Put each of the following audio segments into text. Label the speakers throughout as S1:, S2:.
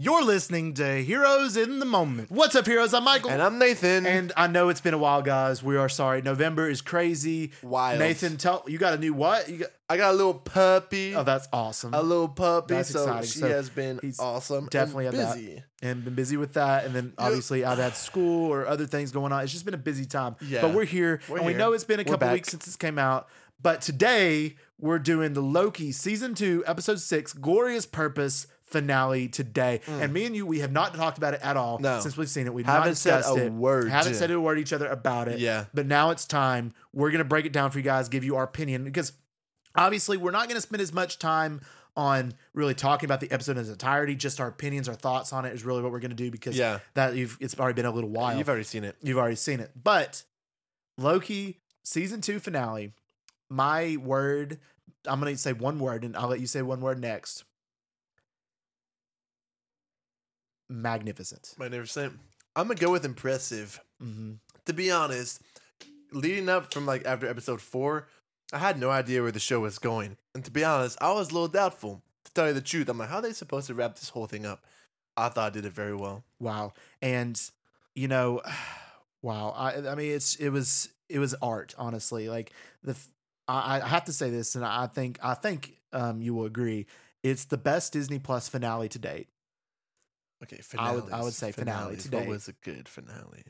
S1: You're listening to Heroes in the Moment. What's up, heroes? I'm Michael.
S2: And I'm Nathan.
S1: And I know it's been a while, guys. We are sorry. November is crazy.
S2: Wild.
S1: Nathan, tell you got a new what? You got,
S2: I got a little puppy.
S1: oh, that's awesome.
S2: a little puppy.
S1: That's
S2: so
S1: exciting.
S2: she
S1: So
S2: has been
S1: he's
S2: awesome. and
S1: definitely a that.
S2: busy.
S1: and been busy with that. And then obviously I've had school or other things going on. It's just been a busy time.
S2: Yeah.
S1: But we're here,
S2: We're
S1: and we
S2: here.
S1: know it's been a
S2: We're
S1: couple
S2: back.
S1: weeks since this came out. But today we're doing the Loki season two, episode six, glorious purpose finale today. And me and you, we have not talked about it at all
S2: Mm. No.
S1: since we've seen it. We've not
S2: Haven't said
S1: discussed
S2: a
S1: it.
S2: word.
S1: Haven't said a word to each other about it.
S2: Yeah.
S1: But now it's time. We're gonna break it down for you guys, give you our opinion because obviously we're not going to spend as much time on really talking about the episode in its entirety just our opinions our thoughts on it is really what we're going to do because
S2: Yeah.
S1: that you've it's already been a little while
S2: You've already seen it.
S1: You've already seen it but loki season 2 finale my word i'm going to say one word and i'll let you say one word next magnificent
S2: Magnificent. I'm gonna go with impressive.
S1: hmm
S2: To be honest, leading up from like after episode four, I had no idea where the show was going. And to be honest, I was a little doubtful. To tell you the truth, I'm like, how are they supposed to wrap this whole thing up? I thought I did it very well.
S1: Wow. And you know, wow. I I mean it's it was it was art, honestly. Like the f- I, I have to say this and I think I think um you will agree. It's the best Disney Plus finale to date.
S2: Okay,
S1: I would-
S2: finale.
S1: I would say finale today.
S2: What was a good finale?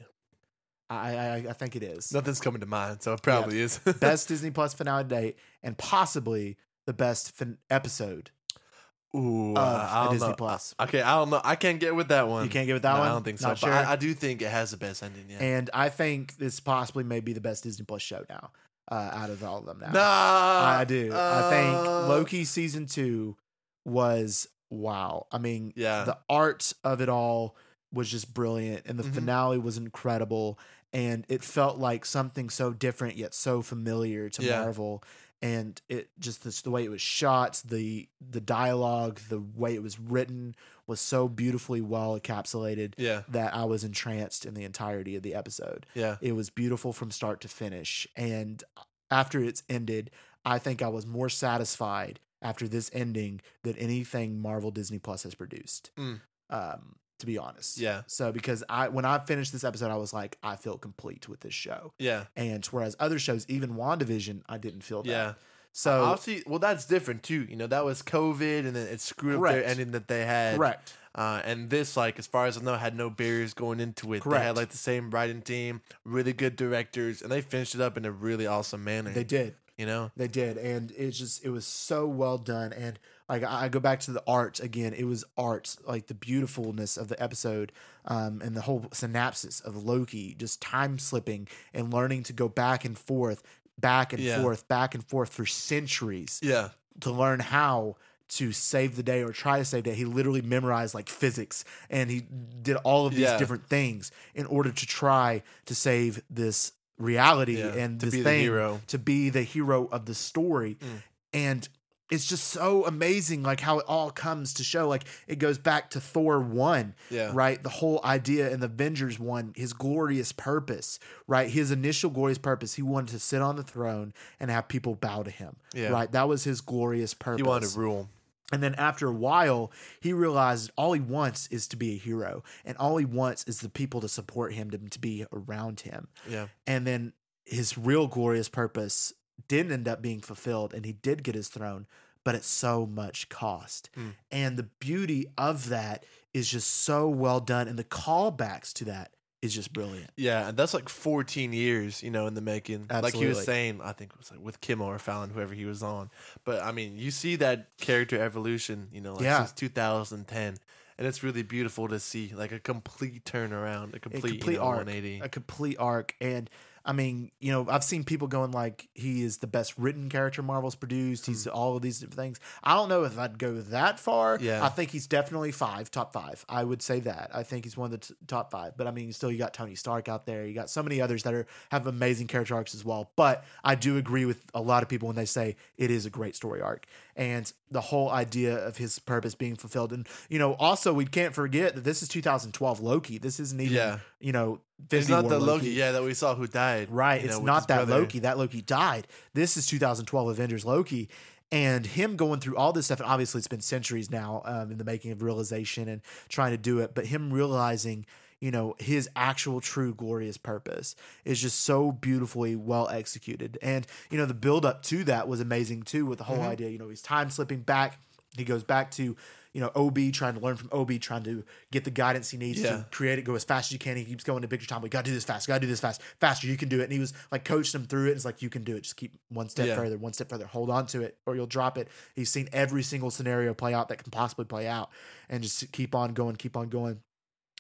S1: I I, I think it is.
S2: Nothing's coming to mind, so it probably is.
S1: best Disney Plus finale to date and possibly the best fin- episode
S2: Ooh,
S1: of
S2: uh, I
S1: a
S2: don't
S1: Disney
S2: know.
S1: Plus.
S2: Okay, I don't know. I can't get with that one.
S1: You can't get with that
S2: No,
S1: one.
S2: I don't think so.
S1: Not
S2: But
S1: sure?
S2: I, I do think it has the best ending. Yeah.
S1: And I think this possibly may be the best Disney Plus show now uh, out of all of them now.
S2: nah,
S1: I do. I think
S2: uh,
S1: Loki season two was wow. I mean,
S2: Yeah.
S1: the art of it all was just brilliant, and the
S2: Mhm.
S1: finale was incredible. And it felt like something so different yet so familiar to
S2: Yeah.
S1: Marvel. And it just this, the way it was shot, the the dialogue, the way it was written was so beautifully well encapsulated
S2: yeah.
S1: that I was entranced in the entirety of the episode.
S2: Yeah.
S1: It was beautiful from start to finish. And after it's ended, I think I was more satisfied after this ending than anything Marvel Disney Plus has produced.
S2: Mm.
S1: Um, to be honest.
S2: Yeah.
S1: So because I when I finished this episode, I was like, I feel complete with this show.
S2: Yeah.
S1: And whereas other shows, even WandaVision, I didn't feel that.
S2: Yeah.
S1: So
S2: Obviously, well, that's different too. You know, that was COVID, and then it screwed up
S1: Correct.
S2: their ending that they had.
S1: correct.
S2: Uh, and this, like, as far as I know, had no barriers going into it. They
S1: Correct.
S2: had like the same writing team, really good directors, and they finished it up in a really awesome manner.
S1: They did.
S2: You know.
S1: They did, and it's just it was so well done. And like I I go back to the art again. It was art, like the beautifulness of the episode, um, and the whole synapses of Loki just time slipping and learning to go back and forth, back and
S2: Yeah.
S1: forth, back and forth for centuries
S2: Yeah.
S1: to learn how to save the day or try to save the day. He literally memorized like physics and he did all of these
S2: Yeah.
S1: different things in order to try to save this reality
S2: Yeah,
S1: and
S2: to
S1: this
S2: be the
S1: thing
S2: hero.
S1: to be the hero of the story.
S2: Mm.
S1: And it's just so amazing like how it all comes to show like it goes back to Thor 1
S2: Yeah.
S1: right? The whole idea in the Avengers one, his glorious purpose, right? His initial glorious purpose, he wanted to sit on the throne and have people bow to him,
S2: Yeah.
S1: right? That was his glorious purpose.
S2: You want to rule.
S1: And then after a while, he realized all he wants is to be a hero, and all he wants is the people to support him, to, to be around him.
S2: Yeah.
S1: And then his real glorious purpose didn't end up being fulfilled, and he did get his throne, but at so much cost.
S2: Mm.
S1: And the beauty of that is just so well done, and the callbacks to that is just brilliant.
S2: Yeah, and that's like 14 years, you know, in the making. Like he
S1: Absolutely.
S2: was saying, I think it was like with Kimmel or Fallon, whoever he was on. But I mean, you see that character evolution, you know, like
S1: Yeah.
S2: since 2010, and it's really beautiful to see like a complete turnaround, a complete,
S1: complete
S2: you know,
S1: arc.
S2: 180.
S1: A complete arc, and I mean, you know, I've seen people going like he is the best written character Marvel's produced. He's
S2: Hmm.
S1: all of these different things. I don't know if I'd go that far.
S2: Yeah.
S1: I think he's definitely five, top five. I would say that. I think he's one of the t- top five. But I mean, still, you got Tony Stark out there. You got so many others that are have amazing character arcs as well. But I do agree with a lot of people when they say it is a great story arc and the whole idea of his purpose being fulfilled. And you know, also we can't forget that this is 2012 Loki. This isn't even
S2: Yeah.
S1: you know.
S2: It's
S1: Infinity
S2: not
S1: War
S2: the Loki, yeah, that we saw who died.
S1: Right.
S2: you
S1: it's
S2: know, with his
S1: not that
S2: brother.
S1: Loki. That Loki died. This is 2012 Avengers Loki. and him going through all this stuff and obviously it's been centuries now um, in the making of realization and trying to do it but him realizing you know his actual true glorious purpose is just so beautifully well executed and you know the build up to that was amazing too with the whole
S2: Mhm.
S1: idea you know he's time slipping back he goes back to you know ob trying to learn from ob trying to get the guidance he needs
S2: Yeah.
S1: to create it go as fast as you can he keeps going to picture time we gotta do this fast gotta do this fast faster you can do it and he was like coached him through it it's like you can do it just keep one step
S2: Yeah.
S1: further one step further hold on to it or you'll drop it he's seen every single scenario play out that can possibly play out and just keep on going keep on going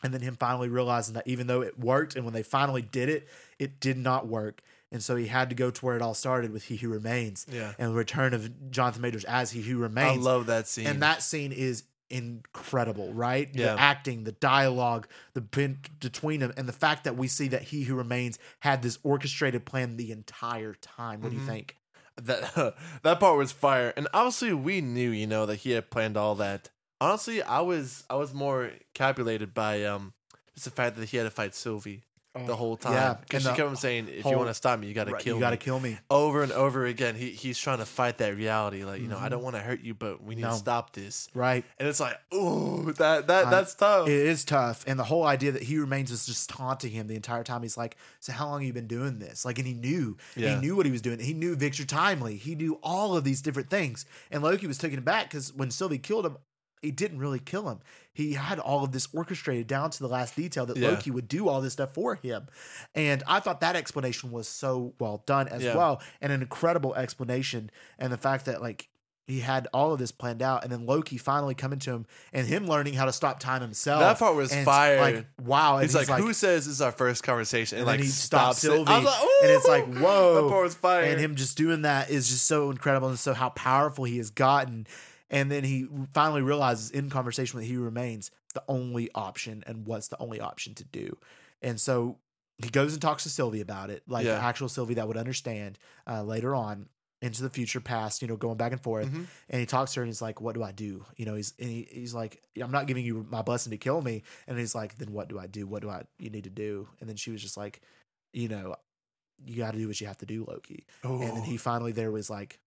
S1: and then him finally realizing that even though it worked and when they finally did it it did not work and so he had to go to where it all started with he who remains
S2: Yeah.
S1: and the return of jonathan majors as he who
S2: I
S1: remains
S2: love that scene.
S1: and that scene is incredible right
S2: Yeah.
S1: the acting the dialogue the bin- between them and the fact that we see that he who remains had this orchestrated plan the entire time what do
S2: Mhm.
S1: you think
S2: that that part was fire. And obviously we knew, you know, that he had planned all that. Honestly, I was I was more captivated by um just the fact that he had to fight Sylvie the whole time.
S1: Oh, yeah, and
S2: Because she
S1: the
S2: kept on saying, if
S1: whole-
S2: you want to stop me, you gotta
S1: Right,
S2: kill
S1: you gotta
S2: me.
S1: kill me
S2: over and over again, he he's trying to fight that reality. Like, you know, I
S1: Mhm.
S2: don't want to hurt you, but we need
S1: No.
S2: to stop this.
S1: right
S2: And it's like, ooh, that that
S1: I-
S2: that's tough.
S1: it is tough and the whole idea that he remains is just taunting him the entire time he's like so how long have you been doing this like and he knew
S2: Yeah.
S1: he knew what he was doing he knew victor timely he knew all of these different things and loki was taken aback because when sylvie killed him he didn't really kill him he had all of this orchestrated down to the last detail that
S2: Yeah.
S1: loki would do all this stuff for him and i thought that explanation was so well done as
S2: Yeah.
S1: well and an incredible explanation and the fact that like he had all of this planned out and then loki finally coming to him and him learning how to stop time himself
S2: That part was
S1: and,
S2: fire.
S1: Like wow, and
S2: He's, like, who says this is our first conversation? And,
S1: And then
S2: like,
S1: he stops
S2: stops, it.
S1: Sylvie,
S2: I was like,
S1: and it's like,
S2: "Ooh."
S1: whoa.
S2: that part was fire.
S1: and him just doing that is just so incredible and so how powerful he has gotten. And then he finally realizes in conversation that he remains the only option and what's the only option to do. And so he goes and talks to Sylvie about it, like
S2: Yeah.
S1: the actual Sylvie that would understand uh, later on into the future, past, you know, going back and forth
S2: Mhm.
S1: and he talks to her and he's like, "What do I do?" You know, he's and he, he's like, "I'm not giving you my blessing to kill me." And he's like, "Then what do I do? What do I you need to do?" And then she was just like, "You know, you got to do what you have to do, Loki." And then
S2: Ooh.
S1: he finally there was like,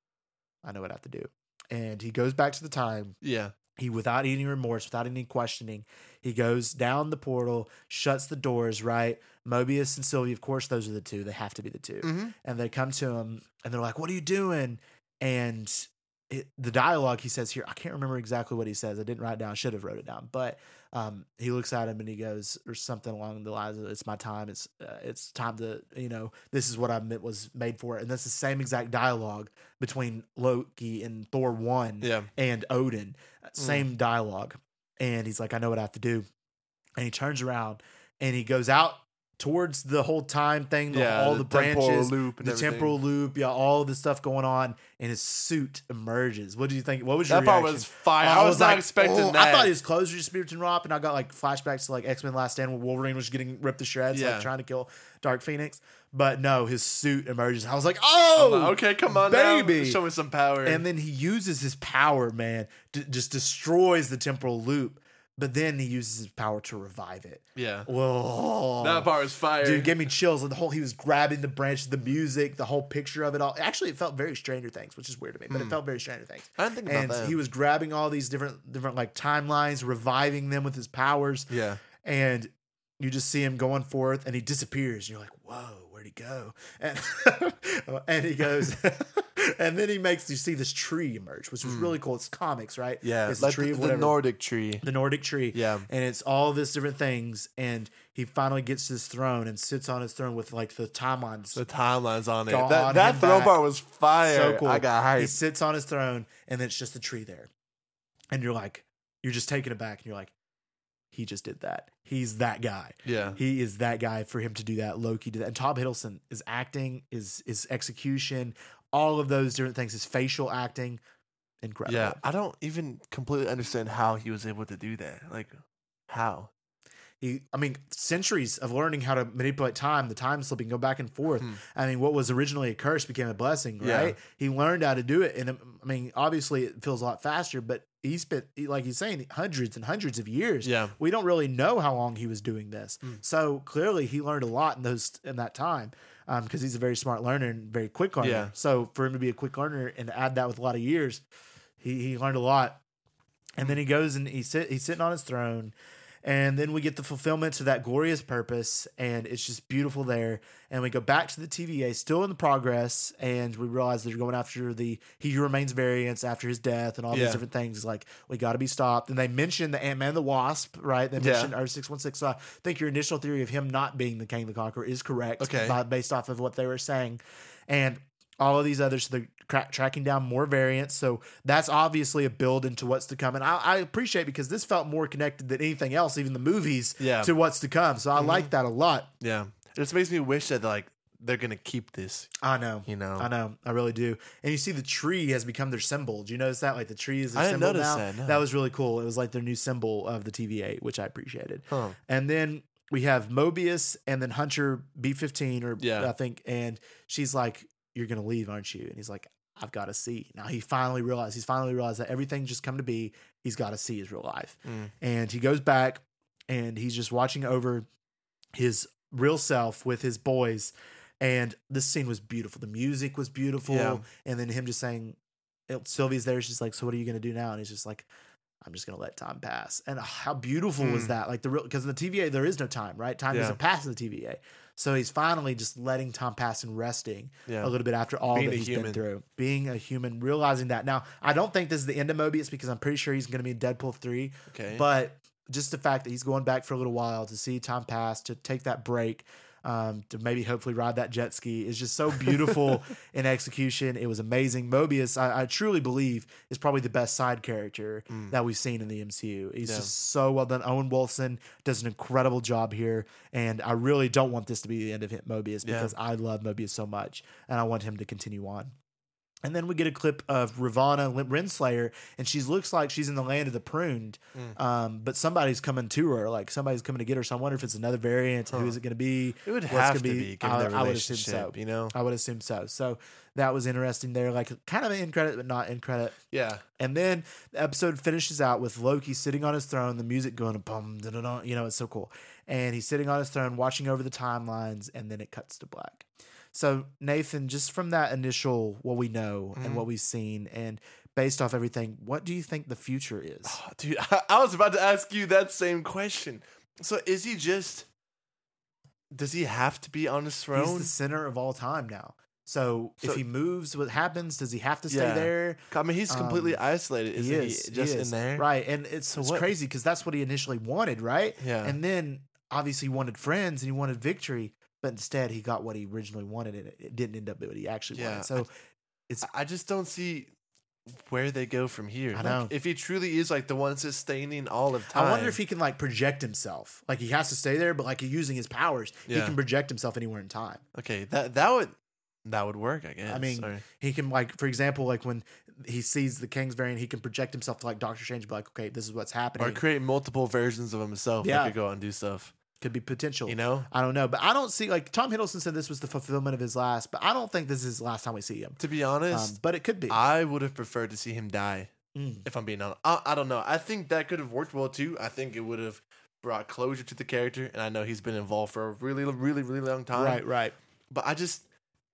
S1: "I know what I have to do," and he goes back to the time.
S2: yeah.
S1: He without any remorse, without any questioning, he goes down the portal, shuts the doors. Right, Mobius and Sylvie, of course, those are the two. They have to be the 2
S2: Mm-hmm.
S1: and they come to him and they're like, "What are you doing?" And it, the dialogue he says here, I can't remember exactly what he says. I didn't write it down. I should have wrote it down. But um, he looks at him and he goes, or something along the lines of, "It's my time. It's uh, it's time to you know this is what I meant was made for." And that's the same exact dialogue between Loki and Thor one
S2: Yeah. Mm.
S1: and Odin. uh, Same dialogue. And he's like, I know what I have to do. And he turns around and he goes out towards the whole time thing, the-
S2: yeah.
S1: all the,
S2: temporal
S1: branches,
S2: loop and
S1: the
S2: everything.
S1: temporal loop, yeah, all the stuff going on. And his suit emerges. What do you think? What was your
S2: That part
S1: reaction?
S2: was fire. I,
S1: Oh,
S2: was, not
S1: like,
S2: expecting
S1: oh,
S2: that.
S1: I thought his clothes were just ripped and rop, and I got like flashbacks to like X Men Last Stand where Wolverine was getting ripped to shreds,
S2: Yeah.
S1: like trying to kill Dark Phoenix. But no, his suit emerges. I was like,
S2: I'm
S1: oh,
S2: like, okay, come on,
S1: baby.
S2: Now. Show me some power.
S1: and then he uses his power, man, d- just destroys the temporal loop. But then he uses his power to revive it.
S2: yeah,
S1: Whoa,
S2: that part was fire.
S1: Oh. dude, gave me chills. Like the whole he was grabbing the branch, the music, the whole picture of it all. Actually, it felt very Stranger Things, which is weird to me, but it felt very Stranger Things.
S2: Hmm. I didn't think about
S1: And
S2: that.
S1: he was grabbing all these different different like timelines, reviving them with his powers,
S2: yeah,
S1: and you just see him going forth, and he disappears. You're like, whoa, where'd he go? And and he goes. And then he makes you see this tree emerge, which was really cool. It's comics, right?
S2: Hmm. yeah,
S1: it's the
S2: like
S1: tree
S2: the,
S1: of
S2: the
S1: whatever,
S2: Nordic tree.
S1: the Nordic tree
S2: Yeah,
S1: and it's all this different things and he finally gets his throne and sits on his throne with like the timelines
S2: the timelines on it.
S1: Gone
S2: That, that
S1: him
S2: throw
S1: back.
S2: bar was fire.
S1: so cool
S2: I got
S1: he
S2: hyped.
S1: sits on his throne and it's just a tree there and you're like you're just taken aback and you're like he just did that he's that guy
S2: Yeah,
S1: he is that guy for him to do that loki did that and tom hiddleston is acting is is execution all of those different things his facial acting incredible
S2: yeah. I don't even completely understand how he was able to do that. Like, how?
S1: He, e, I mean, centuries of learning how to manipulate time, the time slipping, go back and forth.
S2: Hmm.
S1: I mean, what was originally a curse became a blessing,
S2: Yeah.
S1: right? He learned how to do it, and um, I mean, obviously, it feels a lot faster. But he spent, he- like he's saying, hundreds and hundreds of years.
S2: Yeah,
S1: We don't really know how long he was doing this,
S2: Hmm.
S1: so clearly he learned a lot in those in that time. because he's a very smart learner and very quick learner.
S2: Yeah.
S1: So for him to be a quick learner and to add that with a lot of years, he, he learned a lot. And then he goes and he sit he's sitting on his throne, and then we get the fulfillment to that glorious purpose, and it's just beautiful there. And we go back to the TVA, still in the progress, and we realize they're going after the he who remains variants after his death and all
S2: Yeah.
S1: these different things. Like we got to be stopped. And they mention the Ant Man and the Wasp, right? They
S2: Yeah.
S1: mentioned or six one six. So I think your initial theory of him not being the King of the Conqueror is correct,
S2: Okay.
S1: by, based off of what they were saying, and all of these others. So they're cra- tracking down more variants. So that's obviously a build into what's to come. And I, I appreciate because this felt more connected than anything else, even the movies,
S2: Yeah. Mm-hmm.
S1: to what's to come. So I like that a lot.
S2: Yeah. It just makes me wish that like they're gonna keep this,
S1: I know.
S2: you know.
S1: I know, I really do. And you see, the tree has become their symbol. Do you notice that? Like the tree is their
S2: I didn't
S1: symbol
S2: notice
S1: now.
S2: that, no.
S1: was really cool. It was like their new symbol of the TVA, which I appreciated.
S2: Huh.
S1: And then we have Mobius and then Hunter B15 or
S2: Yeah.
S1: I think and she's like you're going to leave aren't you? And he's like I've got to see. Now he finally realized he's finally realized that everything's just come to be. He's got to see his real life.
S2: Mm.
S1: And he goes back and he's just watching over his real self with his boys and this scene was beautiful. The music was beautiful
S2: Yeah.
S1: and then him just saying it- Sylvie's there. She's like, "So what are you gonna do now?" And he's just like, "I'm just gonna let time pass." And ah, how beautiful was
S2: Hmm.
S1: that? Like the real because in the TVA there is no time, right? Time
S2: Yeah.
S1: doesn't pass in the TVA. So he's finally just letting time pass and resting
S2: Yeah.
S1: a little bit after all
S2: Being
S1: that
S2: a
S1: he's been
S2: human.
S1: through. Being a human, realizing that. Now I don't think this is the end of Mobius because I'm pretty sure he's gonna be in Deadpool three.
S2: Okay.
S1: But just the fact that he's going back for a little while to see time pass, to take that break, um, to maybe hopefully ride that jet ski is just so beautiful in execution. It was amazing. Mobius, I, I truly believe, is probably the best side character that we've seen in the MCU. He's
S2: Mm. Yeah.
S1: just so well done. Owen Wilson does an incredible job here, and I really don't want this to be the end of him, Mobius
S2: Yeah.
S1: because I love Mobius so much, and I want him to continue on. And then we get a clip of Ravana Lin- Renslayer, and she looks like she's in the land of the pruned.
S2: Mm.
S1: Um, but somebody's coming to her, like somebody's coming to get her. So I wonder if it's another variant. Who is it going to be?
S2: it would
S1: What's
S2: have to
S1: gonna
S2: be, given
S1: I,
S2: their
S1: I would assume
S2: relationship,
S1: so.
S2: you know?
S1: I would assume so. So that was interesting there, like kind of an in credit, but not in credit.
S2: Yeah.
S1: And then the episode finishes out with Loki sitting on his throne, the music going bum, da, da, da, you know, it's so cool. And he's sitting on his throne, watching over the timelines, and then it cuts to black. So, Nathan, just from that initial what we know
S2: Mm-hmm.
S1: and what we've seen, and based off everything, what do you think the future is?
S2: Oh, dude, I, I was about to ask you that same question. So is he just does he have to be on his
S1: He's
S2: Oh, throne?
S1: the center of all time now. So, if
S2: So-
S1: he moves, what happens? Does he have to stay
S2: Yeah.
S1: there?
S2: I mean, he's completely
S1: um,
S2: isolated. Isn't he,
S1: is,
S2: just
S1: is.
S2: in there?
S1: Right. And it's, it's
S2: what-
S1: crazy because that's what he initially wanted, right?
S2: Yeah.
S1: And then obviously he wanted friends and he wanted victory, but instead he got what he originally wanted and it- it didn't end up being what he actually
S2: Yeah.
S1: wanted. So
S2: I just don't see where they go from here.
S1: I
S2: Like,
S1: know.
S2: if he truly is like the one sustaining all of time.
S1: I wonder if he can like project himself. Like he has to stay there, but like using his powers, he
S2: Yeah.
S1: can project himself anywhere in time.
S2: Okay, that that would that would work, I guess.
S1: mean,
S2: Or-
S1: He can like, for example, like when he sees the King's variant, he can project himself to like Doctor Strange, be like, okay, this is what's happening.
S2: or create multiple versions of himself
S1: Yeah.
S2: that could go out and do stuff.
S1: Could be potential.
S2: You know,
S1: I don't know, but I don't see like Tom Hiddleston said this was the fulfillment of his last, but I don't think this is the last time we see him.
S2: to be
S1: Um,
S2: honest,
S1: but it could be.
S2: I would have preferred to see him die.
S1: Mm.
S2: If I'm being honest, I, I don't know. I think that could have worked well too. I think it would have brought closure to the character, and I know he's been involved for a really, really, really long time.
S1: Right, right.
S2: But I just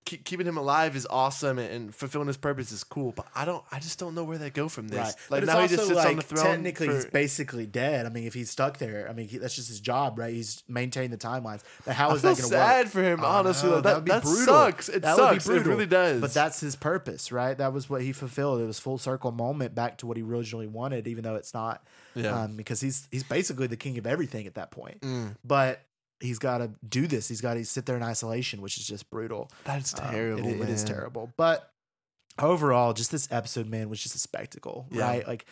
S2: keep, keeping him alive is awesome, and, and fulfilling his purpose is cool. But I don't, I just don't know where they go from this.
S1: Right.
S2: Like
S1: but it's
S2: now
S1: also
S2: he just sits
S1: like,
S2: on the throne.
S1: Technically,
S2: for-
S1: he's basically dead. I mean, if he's stuck there, I mean, he, that's just his job, right? He's maintained the timelines. But how
S2: I
S1: is
S2: feel
S1: that going to work? Oh,
S2: sad for him,
S1: I
S2: honestly.
S1: know,
S2: though. that that sucks. It
S1: That would be
S2: sucks. It
S1: brutal.
S2: really does.
S1: But that's his purpose, right? That was what he fulfilled. It was full circle moment back to what he originally wanted, even though it's not,
S2: yeah.
S1: um, because he's he's basically the king of everything at that point.
S2: Mm,
S1: But he's got to do this. He's got to sit there in isolation, which is just brutal.
S2: that's
S1: Um, it-
S2: terrible.
S1: it- it is
S2: man.
S1: terrible. But overall, just this episode, man, was just a spectacle,
S2: Yeah.
S1: right? Like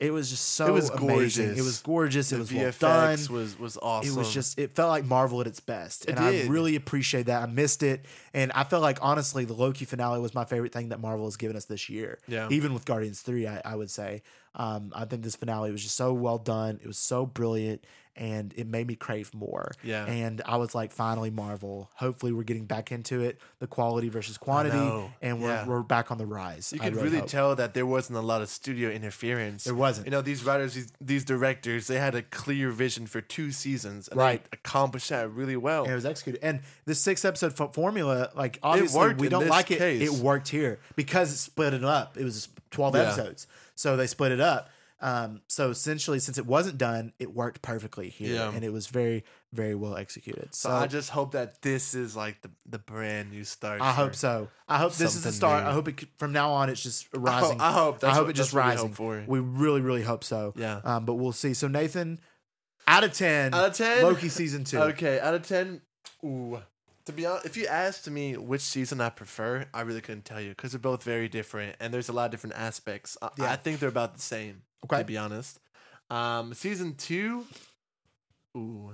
S1: it was just so
S2: It was
S1: amazing. It
S2: gorgeous.
S1: was gorgeous.
S2: The
S1: It was well done.
S2: VFX was was awesome.
S1: It was just it felt like Marvel at its best,
S2: It
S1: and I
S2: did.
S1: really appreciate that. I missed it, and I felt like honestly, the Loki finale was my favorite thing that Marvel has given us this year.
S2: Yeah.
S1: even with Guardians Three, I, I would say um, I think this finale was just so well done. It was so brilliant, and it made me crave more.
S2: Yeah.
S1: And I was like, finally, Marvel. Hopefully, we're getting back into it, the quality versus quantity,
S2: know.
S1: and we're,
S2: Yeah.
S1: we're back on the rise.
S2: You
S1: I
S2: could really
S1: hope.
S2: tell that there wasn't a lot of studio interference.
S1: There wasn't.
S2: You know, these writers, these, these directors, they had a clear vision for two seasons, and
S1: Right.
S2: they accomplished that really well.
S1: and it was executed. And the six episode f- formula, like obviously
S2: worked
S1: we
S2: in
S1: don't
S2: this
S1: like it.
S2: case.
S1: It worked here because it split it up. It was twelve
S2: Yeah.
S1: episodes, so they split it up. Um, so essentially, since it wasn't done, it worked perfectly here,
S2: Yeah.
S1: and it was very, very well executed. So,
S2: so I just hope that this is like the, the brand new start.
S1: I
S2: for-
S1: hope so. I hope this is the
S2: Something
S1: start.
S2: new.
S1: I hope it c- from now on it's just rising.
S2: I hope.
S1: I
S2: That's
S1: hope
S2: what-
S1: it just
S2: that's what we
S1: rising.
S2: hope for.
S1: We really, really hope so.
S2: Yeah.
S1: Um, but we'll see. So Nathan, out of ten,
S2: Out of 10?
S1: Loki season two.
S2: Okay, out of ten. Ooh. To be honest, if you asked me which season I prefer, I really couldn't tell you because they're both very different and there's a lot of different aspects. I,
S1: Yeah.
S2: I think they're about the same.
S1: Okay.
S2: To be honest, um, season two. Ooh,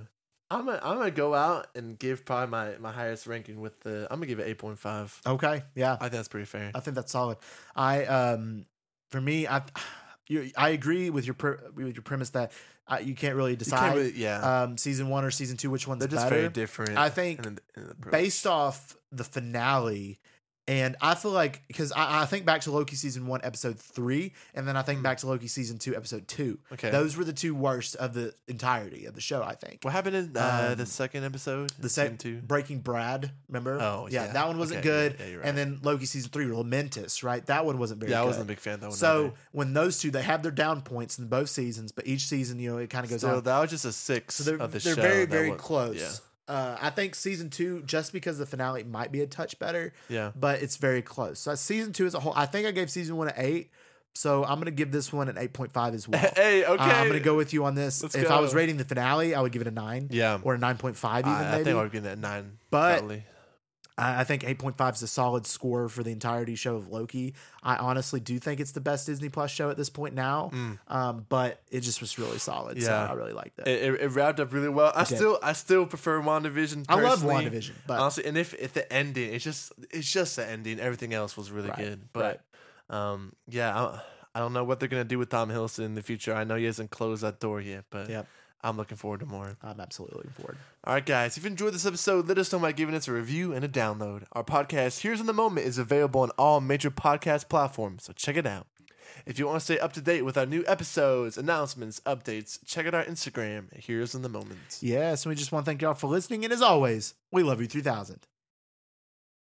S2: I'm gonna I'm gonna go out and give probably my my highest ranking with the. I'm gonna give it eight point five.
S1: Okay. Yeah.
S2: I think that's pretty fair.
S1: I think that's solid. I um, for me, I, you, I agree with your pre- with your premise that uh, you can't really
S2: You
S1: decide
S2: can't really- yeah,
S1: um season one or season two which one's
S2: they're just
S1: better
S2: very different.
S1: I think
S2: in the- in the approach.
S1: based off the finale. And I feel like because I, I think back to Loki season one episode three, and then I think back to Loki season two episode two.
S2: Hmm. okay.
S1: Those were the two worst of the entirety of the show. I think
S2: what happened in uh,
S1: um,
S2: the second episode?
S1: the
S2: Season
S1: same Breaking Brad. Remember?
S2: Oh,
S1: yeah,
S2: yeah.
S1: that one wasn't
S2: Okay, yeah,
S1: good.
S2: yeah, you're
S1: And
S2: right.
S1: then Loki season three, Lamentous, right? That one wasn't very.
S2: Yeah, I
S1: good.
S2: wasn't a big fan of that one.
S1: So
S2: either.
S1: when those two, they have their down points in both seasons, but each season, you know, it kind of goes
S2: Still,
S1: on.
S2: that was just a six
S1: So they're,
S2: of the
S1: they're
S2: show.
S1: very,
S2: that
S1: very
S2: was-
S1: close. Uh, I think season two, just because the finale might be a touch better,
S2: Yeah,
S1: but it's very close. So season two as a whole, I think I gave season one an eight. So I'm going to give this one an 8.5 as
S2: yeah.
S1: well.
S2: hey, okay.
S1: Uh, I'm going to go with you on this.
S2: Let's
S1: if I was
S2: go.
S1: rating the finale, I would give it a nine
S2: Yeah,
S1: or a 9.5 even
S2: I, I
S1: maybe.
S2: think I would get that nine.
S1: But-
S2: probably.
S1: I I think 8.5 is a solid score for the entirety show of Loki. I honestly do think it's the best Disney Plus show at this point now,
S2: Mm.
S1: um, but it just was really solid. So
S2: Yeah.
S1: I really liked that.
S2: it, it, it wrapped up really well. I
S1: did.
S2: still, I still prefer Wandavision. Personally.
S1: I love WandaVision, but
S2: honestly. And if if the ending, it's just, it's just the ending. Everything else was really
S1: Right,
S2: good. But, um, yeah, I, I don't know what they're gonna do with Tom Hiddleston in the future. I know he hasn't closed that door yet, but
S1: Yep.
S2: I'm looking forward to more.
S1: I'm absolutely bored.
S2: All right, guys, if you enjoyed this episode, let us know by giving us a review and a download. Our podcast, Here's in the Moment, is available on all major podcast platforms, so check it out. If you want to stay up to date with our new episodes, announcements, updates, check out our Instagram, Here's in the Moment.
S1: Yes, and we just want to thank y'all for listening. And as always, we love you 3000.